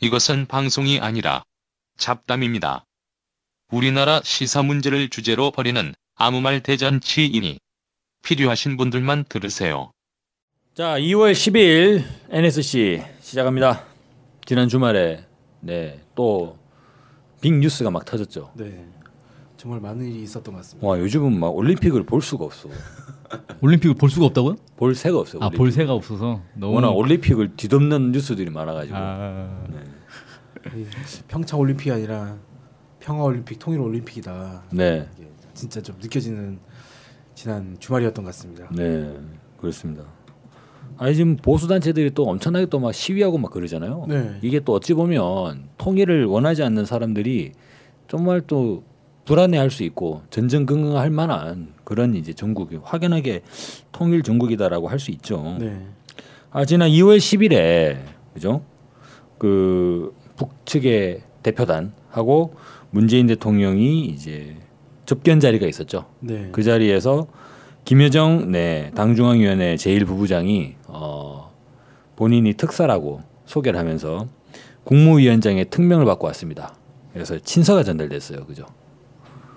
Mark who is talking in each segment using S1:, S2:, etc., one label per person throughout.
S1: 이것은 방송이 아니라 잡담입니다. 우리나라 시사 문제를 주제로 벌이는 아무 말 대잔치이니 필요하신 분들만 들으세요.
S2: 자, 2월 10일 NSC 시작합니다. 지난 주말에 네, 또 빅뉴스가 막 터졌죠.
S3: 네. 정말 많은 일이 있었던 것 같습니다.
S2: 와, 요즘은 막 올림픽을 볼 수가 없어.
S4: 올림픽을 볼 수가 없다고요?
S2: 볼 새가 없어요.
S4: 아
S2: 올림픽.
S4: 볼새가 없어서 너무
S2: 워낙 네. 올림픽을 뒤덮는 뉴스들이 많아 가지고.
S4: 아,
S3: 이 평창 올림픽이 아니라 평화 올림픽, 통일 올림픽이다.
S2: 네.
S3: 이게 진짜 좀 느껴지는 지난 주말이었던 것 같습니다.
S2: 네. 그렇습니다. 아니 지금 보수 단체들이 또 엄청나게 또 막 시위하고 막 그러잖아요.
S3: 네.
S2: 이게 또 어찌 보면 통일을 원하지 않는 사람들이 정말 또 불안해할 수 있고 전전긍긍할 만한 그런 이제 전국이 확연하게 통일 전국이다라고 할 수 있죠.
S3: 네.
S2: 아 지난 2월 10일에 그죠? 그 북측의 대표단하고 문재인 대통령이 이제 접견 자리가 있었죠.
S3: 네.
S2: 그 자리에서 김여정 네 당중앙위원회 제1부부장이 어 본인이 특사라고 소개를 하면서 국무위원장의 특명을 받고 왔습니다. 그래서 친서가 전달됐어요. 그죠?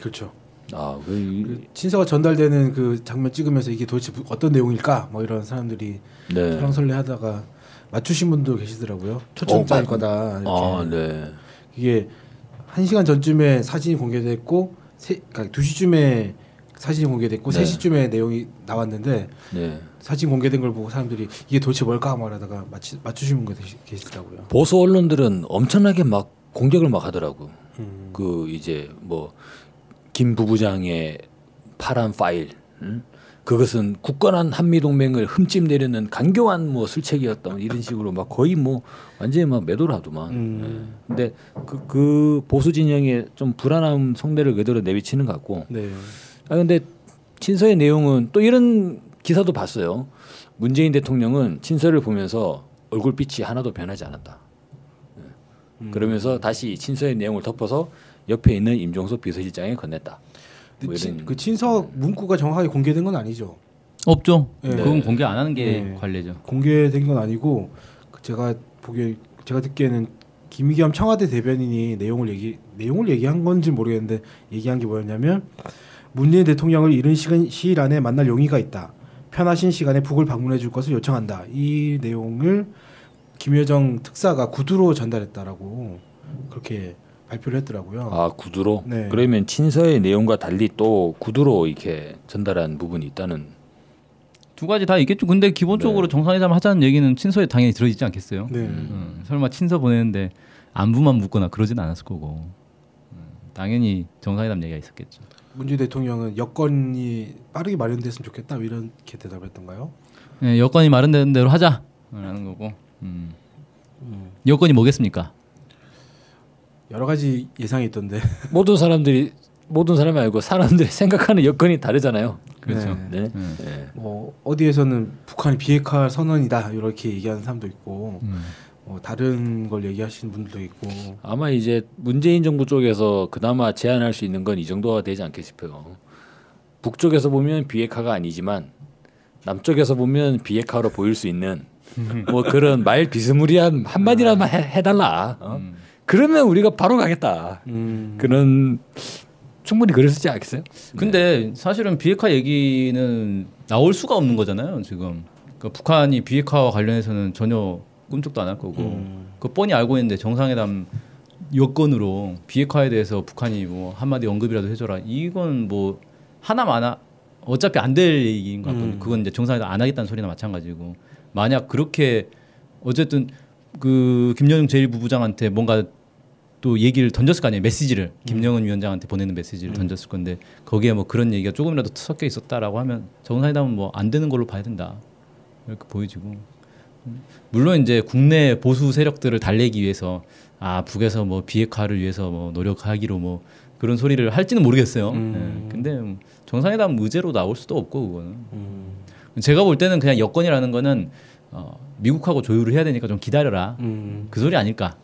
S3: 그렇죠.
S2: 아, 그, 이-
S3: 그 친서가 전달되는 그 장면 찍으면서 이게 도대체 무- 어떤 내용일까? 뭐 이런 사람들이 그
S2: 네.
S3: 설렁설레하다가 맞추신 분도 계시더라고요. 초청자일 거다. 이렇게.
S2: 어, 아, 네.
S3: 이게 한 시간 전쯤에 사진이 공개됐고, 세, 그러니까 2 시쯤에 사진이 공개됐고,
S2: 네.
S3: 세 시쯤에 내용이 나왔는데
S2: 네.
S3: 사진 공개된 걸 보고 사람들이 이게 도대체 뭘까 말하다가 맞추, 맞추신 분 계시- 계시더라고요.
S2: 보수 언론들은 엄청나게 막 공격을 막 하더라고.
S3: 음.
S2: 그 이제 뭐 김 부부장의 파란 파일 응? 그것은 굳건한 한미 동맹을 흠집내려는 간교한 뭐 술책이었다 뭐 이런 식으로 막 거의 뭐 완전히 막 매도를 하더만.
S3: 음.
S2: 근데 그, 그 보수 진영에 좀 불안함 성대를 그대로 내비치는 것 같고.
S3: 네.
S2: 아 근데 친서의 내용은 또 이런 기사도 봤어요. 문재인 대통령은 친서를 보면서 얼굴빛이 하나도 변하지 않았다. 예.
S3: 음.
S2: 그러면서 다시 친서의 내용을 덮어서 옆에 있는 임종석 비서실장에 건넸다.
S3: 근데
S2: 뭐
S3: 친,
S2: 이런-
S3: 그 친서 문구가 정확하게 공개된 건 아니죠.
S4: 없죠.
S3: 네.
S4: 그건 공개 안 하는 게
S3: 네.
S4: 관례죠.
S3: 공개된 건 아니고 그 제가 보기에 제가 듣기에는 김의겸 청와대 대변인이 내용을 얘기 내용을 얘기한 건지 모르겠는데 얘기한 게 뭐였냐면 문재인 대통령을 이른 시간 시일 안에 만날 용의가 있다. 편하신 시간에 북을 방문해 줄 것을 요청한다. 이 내용을 김여정 특사가 구두로 전달했다라고 그렇게 발표를 했더라고요.
S2: 아 구두로.
S3: 네.
S2: 그러면 친서의 내용과 달리 또 구두로 이렇게 전달한 부분이 있다는.
S4: 두 가지 다 있겠죠. 근데 기본적으로
S2: 네.
S4: 정상회담 하자는 얘기는 친서에 당연히 들어있지 않겠어요.
S3: 네.
S4: 음, 설마 친서 보내는데 안부만 묻거나 그러진 않았을 거고 음, 당연히 정상회담 얘기가 있었겠죠.
S3: 문재인 대통령은 여건이 빠르게 마련됐으면 좋겠다 이렇게 대답했던가요?
S4: 네, 여건이 마련되는 대로 하자라는 거고 음. 여건이 뭐겠습니까?
S3: 여러 가지 예상이 있던데.
S2: 모든 사람들이 모든 사람이 알고 사람들이 생각하는 여건이 다르잖아요.
S4: 그렇죠.
S3: 네.
S2: 네.
S4: 음.
S2: 네.
S3: 뭐 어디에서는 북한이 비핵화 선언이다 이렇게 얘기하는 사람도 있고
S4: 음.
S3: 뭐 다른 걸 얘기하시는 분들도 있고
S2: 아마 이제 문재인 정부 쪽에서 그나마 제안할 수 있는 건 이 정도가 되지 않게 싶어요. 북쪽에서 보면 비핵화가 아니지만 남쪽에서 보면 비핵화로 보일 수 있는 뭐 그런 말 비스무리한 한마디라만 해, 해달라. 어?
S4: 음.
S2: 그러면 우리가 바로 가겠다.
S3: 음,
S2: 그런 충분히 그랬을지 않겠어요?
S4: 근데 사실은 비핵화 얘기는 나올 수가 없는 거잖아요 지금 그러니까 북한이 비핵화와 관련해서는 전혀 꿈쩍도 안 할 거고
S3: 음.
S4: 그 뻔히 알고 있는데 정상회담 여건으로 비핵화에 대해서 북한이 뭐 한마디 언급이라도 해줘라 이건 뭐 하나만 하, 어차피 안 될 얘기인 것 같거든요
S3: 음.
S4: 그건 이제 정상회담 안 하겠다는 소리나 마찬가지고 만약 그렇게 어쨌든 그 김여정 제1부부장한테 뭔가 또 얘기를 던졌을 거 아니에요 메시지를
S3: 음.
S4: 김영은 위원장한테 보내는 메시지를 던졌을 건데 거기에 뭐 그런 얘기가 조금이라도 섞여 있었다라고 하면 정상회담은 뭐 안 되는 걸로 봐야 된다 이렇게 보여지고 음, 물론 이제 국내 보수 세력들을 달래기 위해서 아 북에서 뭐 비핵화를 위해서 뭐 노력하기로 뭐 그런 소리를 할지는 모르겠어요
S3: 음.
S4: 예, 근데 정상회담 의제로 나올 수도 없고 그거는
S3: 음,
S4: 제가 볼 때는 그냥 여건이라는 거는 어, 미국하고 조율을 해야 되니까 좀 기다려라
S3: 음.
S4: 그 소리 아닐까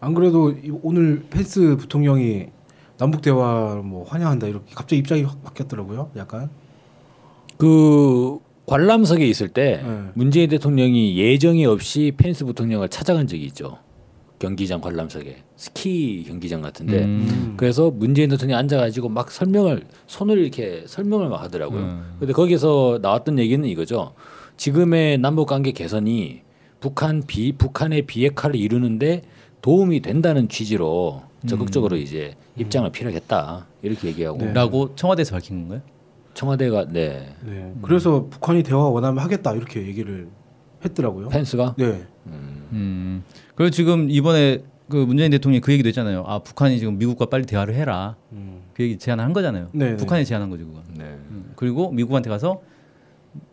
S3: 안 그래도 이- 오늘 펜스 부통령이 남북 대화 뭐 환영한다 이렇게 갑자기 입장이 확 바뀌었더라고요 약간
S2: 그 관람석에 있을 때
S3: 네.
S2: 문재인 대통령이 예정이 없이 펜스 부통령을 찾아간 적이 있죠. 경기장 관람석에 스키 경기장 같은데
S4: 음.
S2: 그래서 문재인 대통령이 앉아가지고 막 설명을 손을 이렇게 설명을 막 하더라고요.
S4: 음.
S2: 근데 거기서 나왔던 얘기는 이거죠. 지금의 남북 관계 개선이 북한 비 북한의 비핵화를 이루는데 도움이 된다는 취지로 적극적으로 이제 입장을 필요하겠다 이렇게 얘기하고
S3: 네.
S4: 라고 청와대에서 밝힌 건가요?
S2: 청와대가 네
S3: 네. 그래서 북한이 대화 원하면 하겠다 이렇게 얘기를 했더라고요.
S2: 펜스가
S3: 네.
S4: 음. 그리고 지금 이번에 그 문재인 대통령이 그 얘기도 했잖아요. 아 북한이 지금 미국과 빨리 대화를 해라. 그 얘기 제안을 한 거잖아요.
S3: 네,
S4: 북한이 제안한 거죠 그건.
S2: 네.
S4: 음. 그리고 미국한테 가서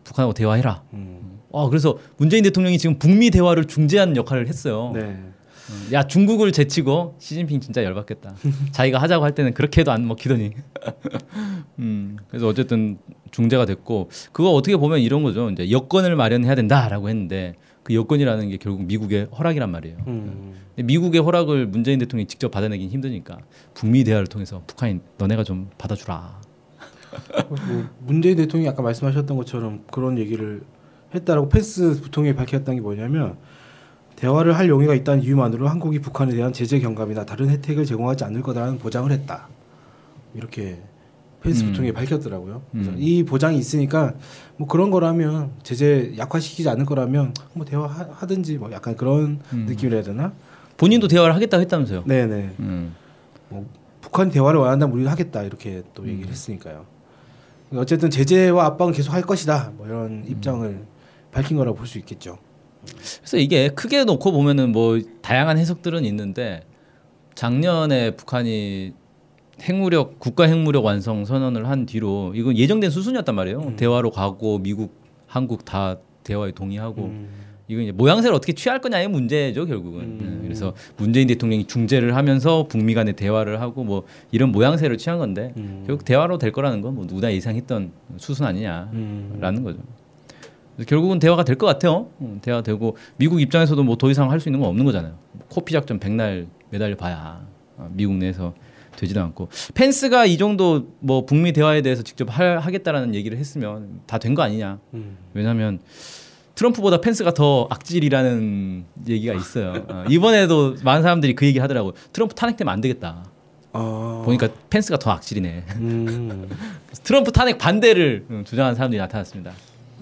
S4: 북한하고 대화해라.
S3: 음.
S4: 아 그래서 문재인 대통령이 지금 북미 대화를 중재하는 역할을 했어요.
S3: 네.
S4: 음, 야 중국을 제치고 시진핑 진짜 열받겠다. 자기가 하자고 할 때는 그렇게 해도 안 먹히더니. 음, 그래서 어쨌든 중재가 됐고 그거 어떻게 보면 이런 거죠. 이제 여건을 마련해야 된다라고 했는데 그 여건이라는 게 결국 미국의 허락이란 말이에요.
S3: 음.
S4: 근데 미국의 허락을 문재인 대통령이 직접 받아내긴 힘드니까 북미 대화를 통해서 북한이 너네가 좀 받아주라.
S3: 뭐 문재인 대통령이 아까 말씀하셨던 것처럼 그런 얘기를 했다라고 펜스 부통령이 밝혔다는 게 뭐냐면 대화를 할 용의가 있다는 이유만으로 한국이 북한에 대한 제재 경감이나 다른 혜택을 제공하지 않을 거다라는 보장을 했다. 이렇게 펜스
S4: 음.
S3: 부통령이 밝혔더라고요. 그래서
S4: 음.
S3: 이 보장이 있으니까 뭐 그런 거라면 제재 약화시키지 않을 거라면 뭐 대화하든지 뭐 약간 그런
S4: 음.
S3: 느낌이라 해야 되나?
S4: 본인도 대화를 하겠다고 했다면서요.
S3: 네네.
S4: 음.
S3: 뭐 북한 대화를 원한다면 우리는 하겠다 이렇게 또 얘기를 했으니까요. 어쨌든 제재와 압박은 계속 할 것이다 뭐 이런 입장을 밝힌 거라고 볼 수 있겠죠.
S4: 그래서 이게 크게 놓고 보면은 뭐 다양한 해석들은 있는데 작년에 북한이 핵무력 국가 핵무력 완성 선언을 한 뒤로 이건 예정된 수순이었단 말이에요.
S3: 음.
S4: 대화로 가고 미국, 한국 다 대화에 동의하고 이건 이제 모양새를 어떻게 취할 거냐의 문제죠 결국은.
S3: 음.
S4: 네, 그래서 문재인 대통령이 중재를 하면서 북미 간의 대화를 하고 뭐 이런 모양새를 취한 건데
S3: 음.
S4: 결국 대화로 될 거라는 건 뭐 누구나 예상했던 수순 아니냐.
S3: 음.
S4: 라는 거죠. 그래서 결국은 대화가 될 것 같아요. 음, 대화 되고 미국 입장에서도 뭐 더 이상 할 수 있는 건 없는 거잖아요. 뭐 코피 작전 백날 매달려 봐야 아, 미국 내에서 되지도 않고 펜스가 이 정도 뭐 북미 대화에 대해서 직접 할- 하겠다라는 얘기를 했으면 다 된 거 아니냐.
S3: 음.
S4: 왜냐하면 트럼프보다 펜스가 더 악질이라는 얘기가 있어요. 아, 이번에도 많은 사람들이 그 얘기 하더라고. 트럼프 탄핵되면 안 되겠다.
S3: 아.
S4: 보니까 펜스가 더 악질이네.
S3: 음.
S4: 트럼프 탄핵 반대를 음, 주장하는 사람들이 나타났습니다.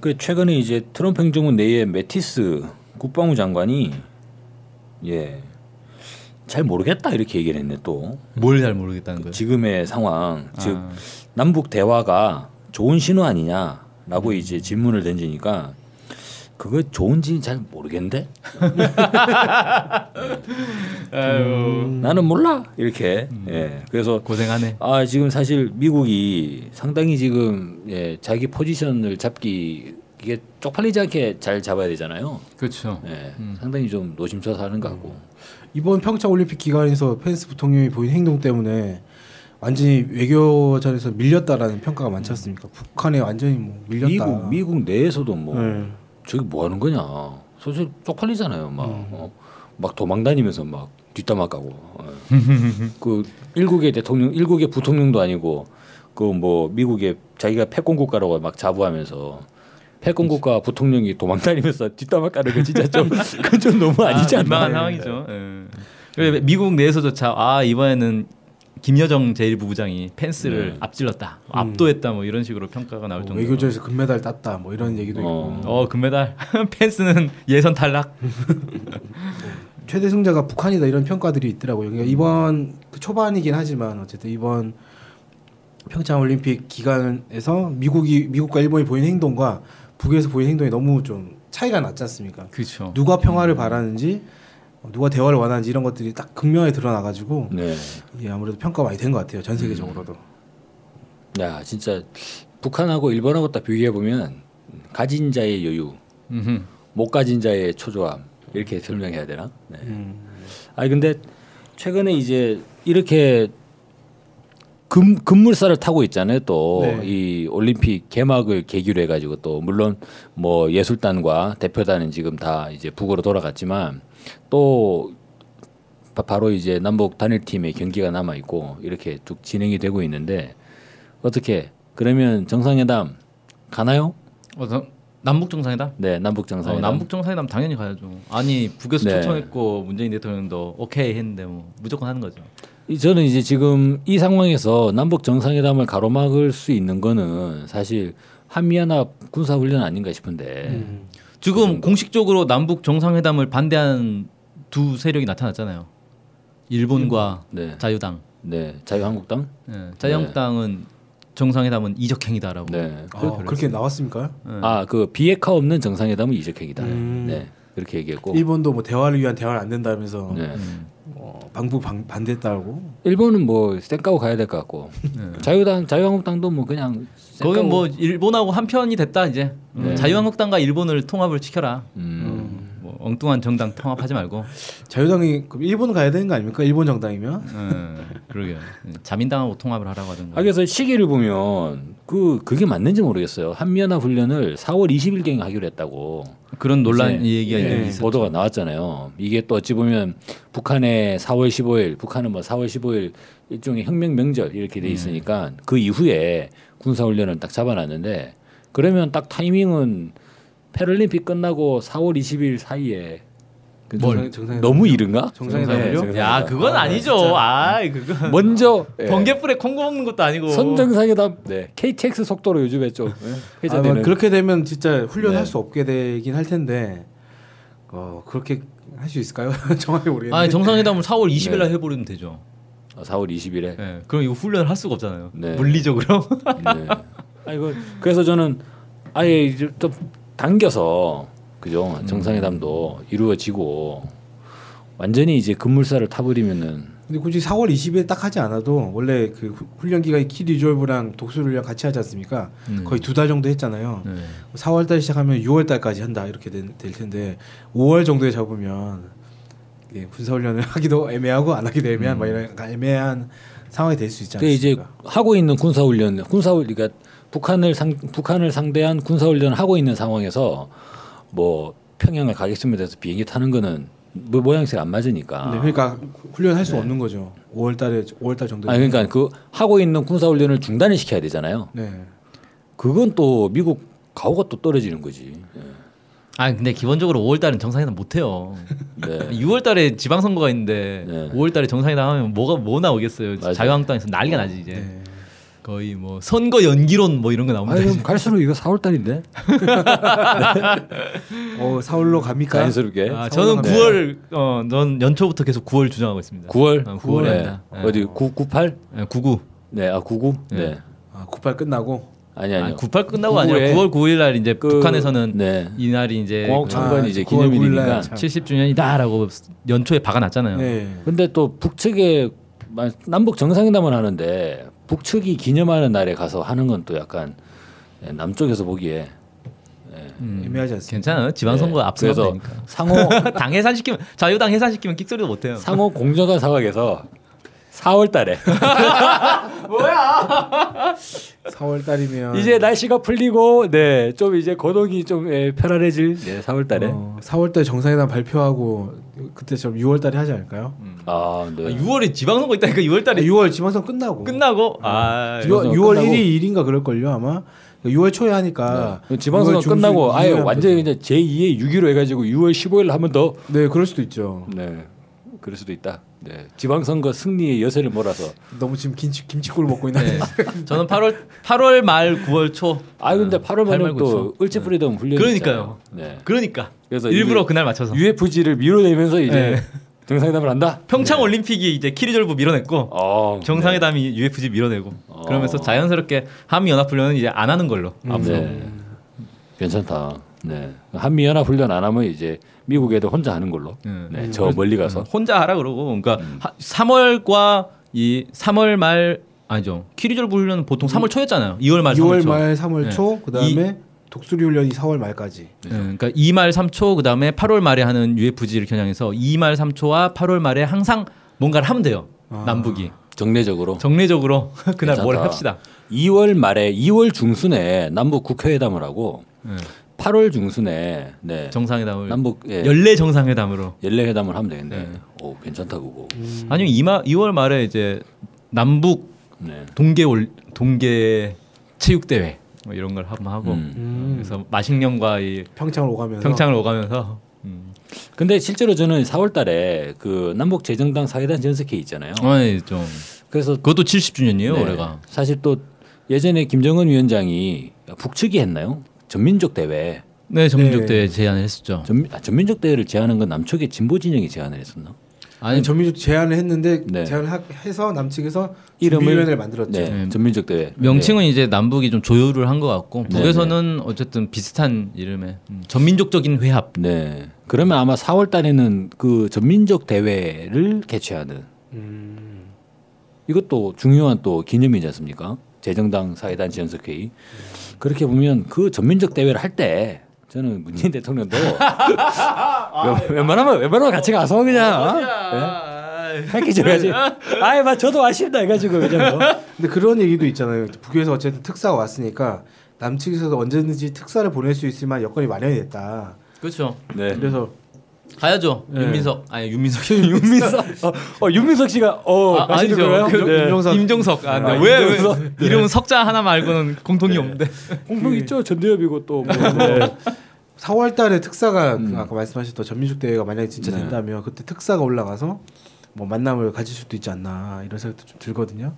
S2: 그 최근에 이제 트럼프 행정부 내에 매티스 국방부 장관이 예 잘 모르겠다 이렇게 얘기를 했네 또
S4: 뭘 잘 모르겠다는 거예요.
S2: 네. 지금의 상황 즉
S4: 아.
S2: 남북 대화가 좋은 신호
S3: 음.
S2: 아니냐라고 이제 질문을 던지니까 그거 좋은지 잘 모르겠는데
S4: 아유
S2: 음, 나는 몰라 이렇게
S3: 음.
S2: 예 그래서
S4: 고생하네.
S2: 아 지금 사실 미국이 상당히 지금 예 자기 포지션을 잡기 이게 쪽팔리지 않게 잘 잡아야 되잖아요
S4: 그렇죠.
S2: 예
S3: 음.
S2: 상당히 좀 노심초사 하는 것 같고
S3: 이번 평창 올림픽 기간에서 펜스 부통령이 보인 행동 때문에 완전히 외교전에서 밀렸다라는 평가가 많지 않습니까? 북한에 완전히 뭐 밀렸다.
S2: 미국 미국 내에서도 뭐
S3: 네.
S2: 저기 뭐 하는 거냐 사실 쪽팔리잖아요 막
S4: 음.
S2: 어, 막 도망다니면서 막 뒷담화 까고 어. 그 일국의 대통령 일국의 부통령도 아니고 그 뭐 미국의 자기가 패권 국가라고 막 자부하면서 패권 국가 부통령이 도망다니면서 뒷담화 까는 거 진짜 좀 그건 좀 너무 아니지
S4: 아,
S2: 않나
S4: 민망한 상황이죠. 예. 그리고 미국 내에서조차 아 이번에는 김여정 제1부부장이 펜스를
S2: 네.
S4: 앞질렀다, 압도했다 뭐 이런 식으로 평가가 나올
S3: 뭐
S4: 정도로.
S3: 외교전에서 금메달 땄다 뭐 이런 얘기도 있고
S2: 어.
S4: 어 금메달 펜스는 예선 탈락.
S3: 최대 승자가 북한이다 이런 평가들이 있더라고요. 그러니까 이번 그 초반이긴 하지만 어쨌든 이번 평창 올림픽 기간에서 미국이 미국과 일본이 보인 행동과 북에서 보인 행동이 너무 좀 차이가 났지 않습니까?
S4: 그렇죠.
S3: 누가 평화를 바라는지 어, 누가 대화를 원하는지 이런 것들이 딱 극명하게 드러나가지고
S2: 네.
S3: 이게 아무래도 평가 많이 된 것 같아요 전 세계적으로도.
S2: 네. 야 진짜 북한하고 일본하고 딱 비교해 보면 가진 자의 여유
S4: 음흠.
S2: 못 가진 자의 초조함 이렇게 설명해야 되나? 네.
S3: 음.
S2: 아니 근데 최근에 이제 이렇게 금 급물살을 타고 있잖아요. 또
S3: 네.
S2: 이 올림픽 개막을 계기로 해가지고 또 물론 뭐 예술단과 대표단은 지금 다 이제 북으로 돌아갔지만 또 바- 바로 이제 남북 단일팀의 경기가 남아 있고 이렇게 쭉 진행이 되고 있는데 어떻게 그러면 정상회담 가나요?
S4: 어서 남북 정상회담?
S2: 네, 남북
S4: 어,
S2: 정상회담.
S4: 남북 정상회담 당연히 가야죠. 아니 북에서
S2: 네.
S4: 초청했고 문재인 대통령도 오케이 했는데 뭐 무조건 하는 거죠.
S2: 이- 저는 이제 지금 이 상황에서 남북 정상회담을 가로막을 수 있는 거는 사실 한미연합 군사훈련 아닌가 싶은데
S3: 음.
S2: 그
S4: 지금 공식적으로 남북 정상회담을 반대한 두 세력이 나타났잖아요. 일본과
S2: 네,
S4: 자유당.
S2: 네 자유한국당
S4: 예, 자유한국당은 정상회담은 이적행위다라고.
S2: 네.
S3: 아, 그렇게 나왔습니까?
S2: 아 그 비핵화 없는 정상회담은 이적행이다.
S3: 음.
S2: 네 그렇게 얘기했고
S3: 일본도 뭐 대화를 위한 대화는 안 된다면서
S2: 네.
S3: 어, 방북 방, 반대했다고.
S2: 일본은 뭐 쌩까고 가야 될 것 같고
S3: 네.
S2: 자유당 자유한국당도 뭐 그냥
S4: 거기
S2: 쌩까고- 음.
S4: 뭐 일본하고 한 편이 됐다 이제. 음,
S2: 네.
S4: 자유한국당과 일본을 통합을 시켜라.
S2: 음,
S4: 뭐 엉뚱한 정당 통합하지 말고.
S3: 자유당이 그럼 일본 가야 되는 거 아닙니까? 일본 정당이면
S4: 예, 그러게요. 예, 자민당하고 통합을 하라고 하던가.
S2: 아, 그래서 시기를 보면 그 그게 맞는지 모르겠어요. 한미연합 훈련을 4월 20일경에 하기로 했다고
S4: 그런 논란
S2: 이제,
S4: 얘기가
S3: 네,
S2: 예,
S4: 있어요.
S2: 보도가 나왔잖아요. 이게 또 어찌 보면 북한의 4월 15일, 북한은 뭐 4월 15일 일종의 혁명 명절 이렇게
S3: 음.
S2: 돼 있으니까 그 이후에 군사 훈련을 딱 잡아놨는데 그러면 딱 타이밍은 패럴림픽 끝나고 4월 20일 사이에 그
S3: 뭘?
S2: 정상-
S3: 정상회담.
S2: 너무 이른가?
S3: 정상회담이요?
S2: 정상회담.
S4: 야, 그건
S2: 네.
S3: 아,
S4: 아니죠. 아, 그거.
S2: 먼저
S3: 네.
S4: 번개불에 콩고 먹는 것도 아니고.
S2: 네. 선정상회담 네, KTX 속도로 요즘에 좀 예,
S3: 아, 뭐
S2: 회자되는
S3: 그렇게 되면 진짜 훈련할
S2: 네.
S3: 수 없게 되긴 할 텐데 어 그렇게 할 수 있을까요? 정확히 모르겠는데.
S4: 아니 정상회담을 4월 20일 날 해버리면 되죠.
S2: 4월 20일에
S4: 예, 그럼 이거 훈련을 할 수가 없잖아요.
S2: 네.
S4: 물리적으로.
S2: 네. 아이고 그래서 저는 아예 이제 좀 당겨서 그죠 정상회담도 이루어지고 완전히 이제 급물살을 타버리면은
S3: 근데 굳이 4월 20일 딱 하지 않아도 원래 그 후- 훈련 기간 키 리졸브랑 독수리랑 같이 하지 않습니까?
S2: 음.
S3: 거의 두 달 정도 했잖아요.
S4: 네.
S3: 4월 달 시작하면 6월 달까지 한다 이렇게 된- 될 텐데 5월 정도에 잡으면 이게 군사 훈련을 하기도 애매하고 안 하기도 애매한 막 이런 애매한 상황이 될 수 있지
S2: 그게 음. 이제
S3: 않습니까?
S2: 하고 있는 군사훈련 군사훈련 그러니까 북한을 상 북한을 상대한 군사훈련 을 하고 있는 상황에서 뭐 평양을 가겠습니다 해서 비행기 타는 거는 뭐 모양새가 안 맞으니까
S3: 네, 그러니까 훈련할 수 없는 거죠. 5월 달에 5월 달 정도.
S2: 아니 그러니까 그 하고 있는 군사훈련을 중단을 시켜야 되잖아요
S3: 네.
S2: 그건 또 미국 가오가 또 떨어지는 거지
S4: 아 근데 기본적으로 5월 달은 정상회담 못 해요.
S2: 네.
S4: 6월 달에 지방선거가 있는데
S2: 네.
S4: 5월 달에 정상회담 하면 뭐가 뭐 나오겠어요.
S2: 맞아요.
S4: 자유한국당에서 난리가 나지 이제.
S3: 네.
S4: 거의 뭐 선거 연기론 뭐 이런 거 나옵니다.
S2: 아니, 그럼 갈수록 이거 4월 달인데
S3: 어, 4월로 갑니까?
S2: 자연스럽게
S4: 아,
S3: 서울로 가면-
S4: 저는
S2: 네.
S4: 9월 어, 전 연초부터 계속 9월 주장하고 있습니다.
S2: 9월
S4: 아, 9월에
S2: 네.
S4: 한다. 네.
S2: 어디 9 98?
S4: 예, 99.
S2: 네, 아 99? 네.
S3: 아, 98 끝나고
S2: 아니
S4: 아니,
S2: 네, 아니요.
S4: 98 끝나고
S2: 구구에-
S4: 아니라 9월 9일 날 이제
S2: 그-
S4: 북한에서는
S2: 네.
S4: 이날이 이제
S2: 공화국
S4: 그-
S2: 창건
S3: 아,
S2: 이제
S3: 9월 9일 날
S2: 기념일이니까.
S3: 참-
S4: 70주년이다라고 연초에 박아놨잖아요.
S3: 네.
S2: 근데 또 북측에 마- 남북 정상회담을 하는데 북측이 기념하는 날에 가서 하는 건 또 약간 예, 남쪽에서 보기에
S4: 음.
S3: 애매하지 않습니까?
S4: 괜찮아요. 지방선거
S2: 네.
S4: 앞서서
S2: 그래서
S4: 되니까.
S2: 상호
S4: 당 해산시키면 자유당 해산시키면 끽소리도 못해요.
S2: 상호 공정한 사각에서 4월 달에
S3: 4월 달이면
S4: 아.
S2: 이제 날씨가 풀리고 네 좀 이제 거동이 좀 예, 편안해질 네, 4월 달에
S3: 어, 4월 달 정상회담 발표하고 그때처럼 6월 달에 하지 않을까요?
S2: 아 네.
S4: 6월에 지방선거 있다니까 6월 달에
S3: 6월 지방선 끝나고
S4: 끝나고 아,
S3: 6월,
S2: 지방선거
S3: 6월
S2: 끝나고.
S3: 1일 일인가 그럴 걸요 아마 6월 초에 하니까
S2: 네. 지방선거
S3: 6월 중순,
S2: 끝나고 아예
S3: 6월 한
S2: 완전히
S3: 거죠.
S2: 이제 제2의 6위로 해가지고 6월 15일 하면 더
S3: 네 그럴 수도 있죠.
S2: 네. 그럴 수도 있다. 네. 지방선거 승리의 여세를 몰아서.
S3: 너무 지금 김치 김치국을 먹고 있는
S2: 네,
S3: 데
S4: 저는 8월 8월 말 9월 초.
S2: 아 근데 8월 말에
S4: 말고
S2: 또 을지 프리덤 훈련.
S4: 그러니까요.
S2: 네.
S4: 그러니까
S2: 그래서 네.
S4: 일부러
S2: 이게-
S4: 그날 맞춰서
S2: UFG를 밀어내면서 이제 정상회담을 한다.
S4: 평창 올림픽이 이제 키리졸브 밀어냈고
S2: 어,
S4: 정상회담이 UFG 밀어내고
S2: 어.
S4: 그러면서 자연스럽게 한미 연합 훈련은 이제 안 하는 걸로
S2: 네.
S4: 앞으로.
S2: 네. 괜찮다. 네. 한미 연합 훈련 안 하면 이제 미국에도 혼자 하는 걸로.
S4: 음.
S2: 네. 저 멀리 가서.
S4: 혼자 하라 그러고 그러니까 하- 3월과 이 3월 말 아니죠. 키리졸브 훈련은 보통 3월 초였잖아요. 2월 말 3월
S3: 6월
S4: 초.
S3: 말 3월
S4: 네.
S3: 초 그다음에 독수리 훈련이 4월 말까지.
S4: 예, 그러니까 2말 3초 그다음에 8월 말에 하는 UFG를 겨냥해서 2말 3초와 8월 말에 항상 뭔가를 하면 돼요.
S3: 아.
S4: 남북이
S2: 정례적으로.
S4: 정례적으로 그날 뭘
S2: 괜찮다.
S4: 합시다.
S2: 2월 말에 2월 중순에 남북 국회회담을 하고
S3: 네.
S4: 예,
S2: 8월 중순에 네.
S4: 정상회담을
S2: 남북 예.
S4: 연례 정상회담으로
S2: 연례 회담을 하면 되겠네. 오 괜찮다 그거.
S3: 음.
S4: 아니면 2마, 2월 말에 이제 남북
S2: 네.
S4: 동계 올 동계 체육 대회 뭐 이런 걸 한번 하고
S2: 음.
S3: 음,
S4: 그래서 마식령과 이
S3: 평창을 오가면서
S4: 평창을 오가면서 음.
S2: 근데 실제로 저는 4월달에 그 남북 재정당 사회단 전석회 있잖아요.
S4: 아니 좀
S2: 그래서
S4: 그것도 70주년이에요
S2: 네,
S4: 올해가
S2: 사실 또 예전에 김정은 위원장이 북측이 했나요? 전민족 대회.
S4: 네 전민족
S3: 네.
S4: 때 제안을 했었죠.
S2: 전민, 아, 전민족 대회를 제안한 건 남측의 진보 진영이 제안을 했었나?
S4: 아니
S3: 아니 전민족 제안을 했는데
S2: 네.
S3: 제안을 하- 해서 남측에서
S2: 이름을-
S3: 준비위원회를 만들었죠.
S2: 네,
S4: 네.
S2: 전민족 대회.
S4: 명칭은 이제 남북이 좀 조율을 한 것 같고
S2: 네,
S4: 북에서는 어쨌든 비슷한 이름의 음, 전민족적인 회합.
S2: 네. 네. 그러면 아마 4월 달에는 그 전민족 대회를 개최하는
S3: 음,
S2: 이것도 중요한 또 기념이지 않습니까? 재정당 사회단 지연석회의 그렇게 보면 그 전민족 대회를 할 때 저는 문재인 대통령도 웬- 웬만하면 웬만하면 같이 가서 그냥 함께
S4: 네.
S2: 줘야지. 아예 막 저도 아쉽다 해가지고 그냥 뭐.
S3: 근데 그런 얘기도 있잖아요. 북에서 어쨌든 특사가 왔으니까 남측에서도 언제든지 특사를 보낼 수 있을 만한 여건이 마련이 됐다.
S4: 그렇죠.
S2: 네.
S3: 그래서
S4: 가야죠.
S3: 네.
S4: 윤민석 아니 윤민석 윤민석
S2: 어, 어, 윤민석 씨가 어
S4: 아,
S2: 아시는
S4: 아니죠.
S2: 거예요?
S4: 그,
S3: 네.
S4: 임종석.
S3: 임종석.
S4: 아,
S3: 아,
S4: 네. 왜, 왜
S2: 임종석.
S4: 이름 석자 하나 말고는 공통이 없는데.
S2: 공동 있죠 전대협이고 또 뭐. 네.
S3: 4월달에 특사가 그
S2: 음.
S3: 아까 말씀하셨던 전민족 대회가 만약에 진짜
S2: 네.
S3: 된다면 그때 특사가 올라가서 뭐 만남을 가질 수도 있지 않나 이런 생각도 좀 들거든요.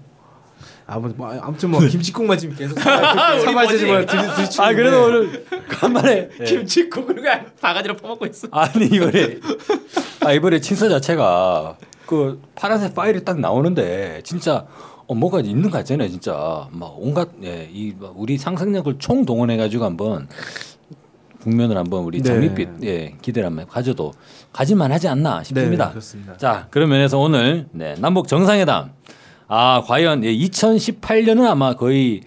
S3: 아무 뭐, 아무튼 뭐 김치국만 지금 계속 사마지 뭐 드시
S2: 네. 아 그래도
S4: 네.
S2: 오늘 간만에
S4: 김치국을 그냥 바가지로 퍼먹고 있어.
S2: 아니 이번에 아 이번에 친서 자체가 그 파란색 파일이 딱 나오는데 진짜 어 뭐가 있는 것 같잖아요 진짜 막 온갖 예이 우리 상상력을 총 동원해 가지고 한번 국면을 한번 우리
S3: 네.
S2: 장밋빛 예 기대를 한번 가져도 가질만 하지 않나 싶습니다.
S3: 네, 그렇습니다.
S2: 자 그런 면에서 오늘 네, 남북 정상회담 아 과연 예, 2018년은 아마 거의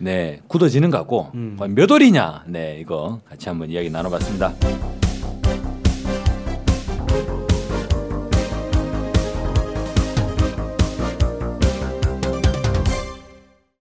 S3: 음.
S2: 네 굳어지는 것 같고 과연 몇 월이냐 네 이거 같이 한번 이야기 나눠봤습니다.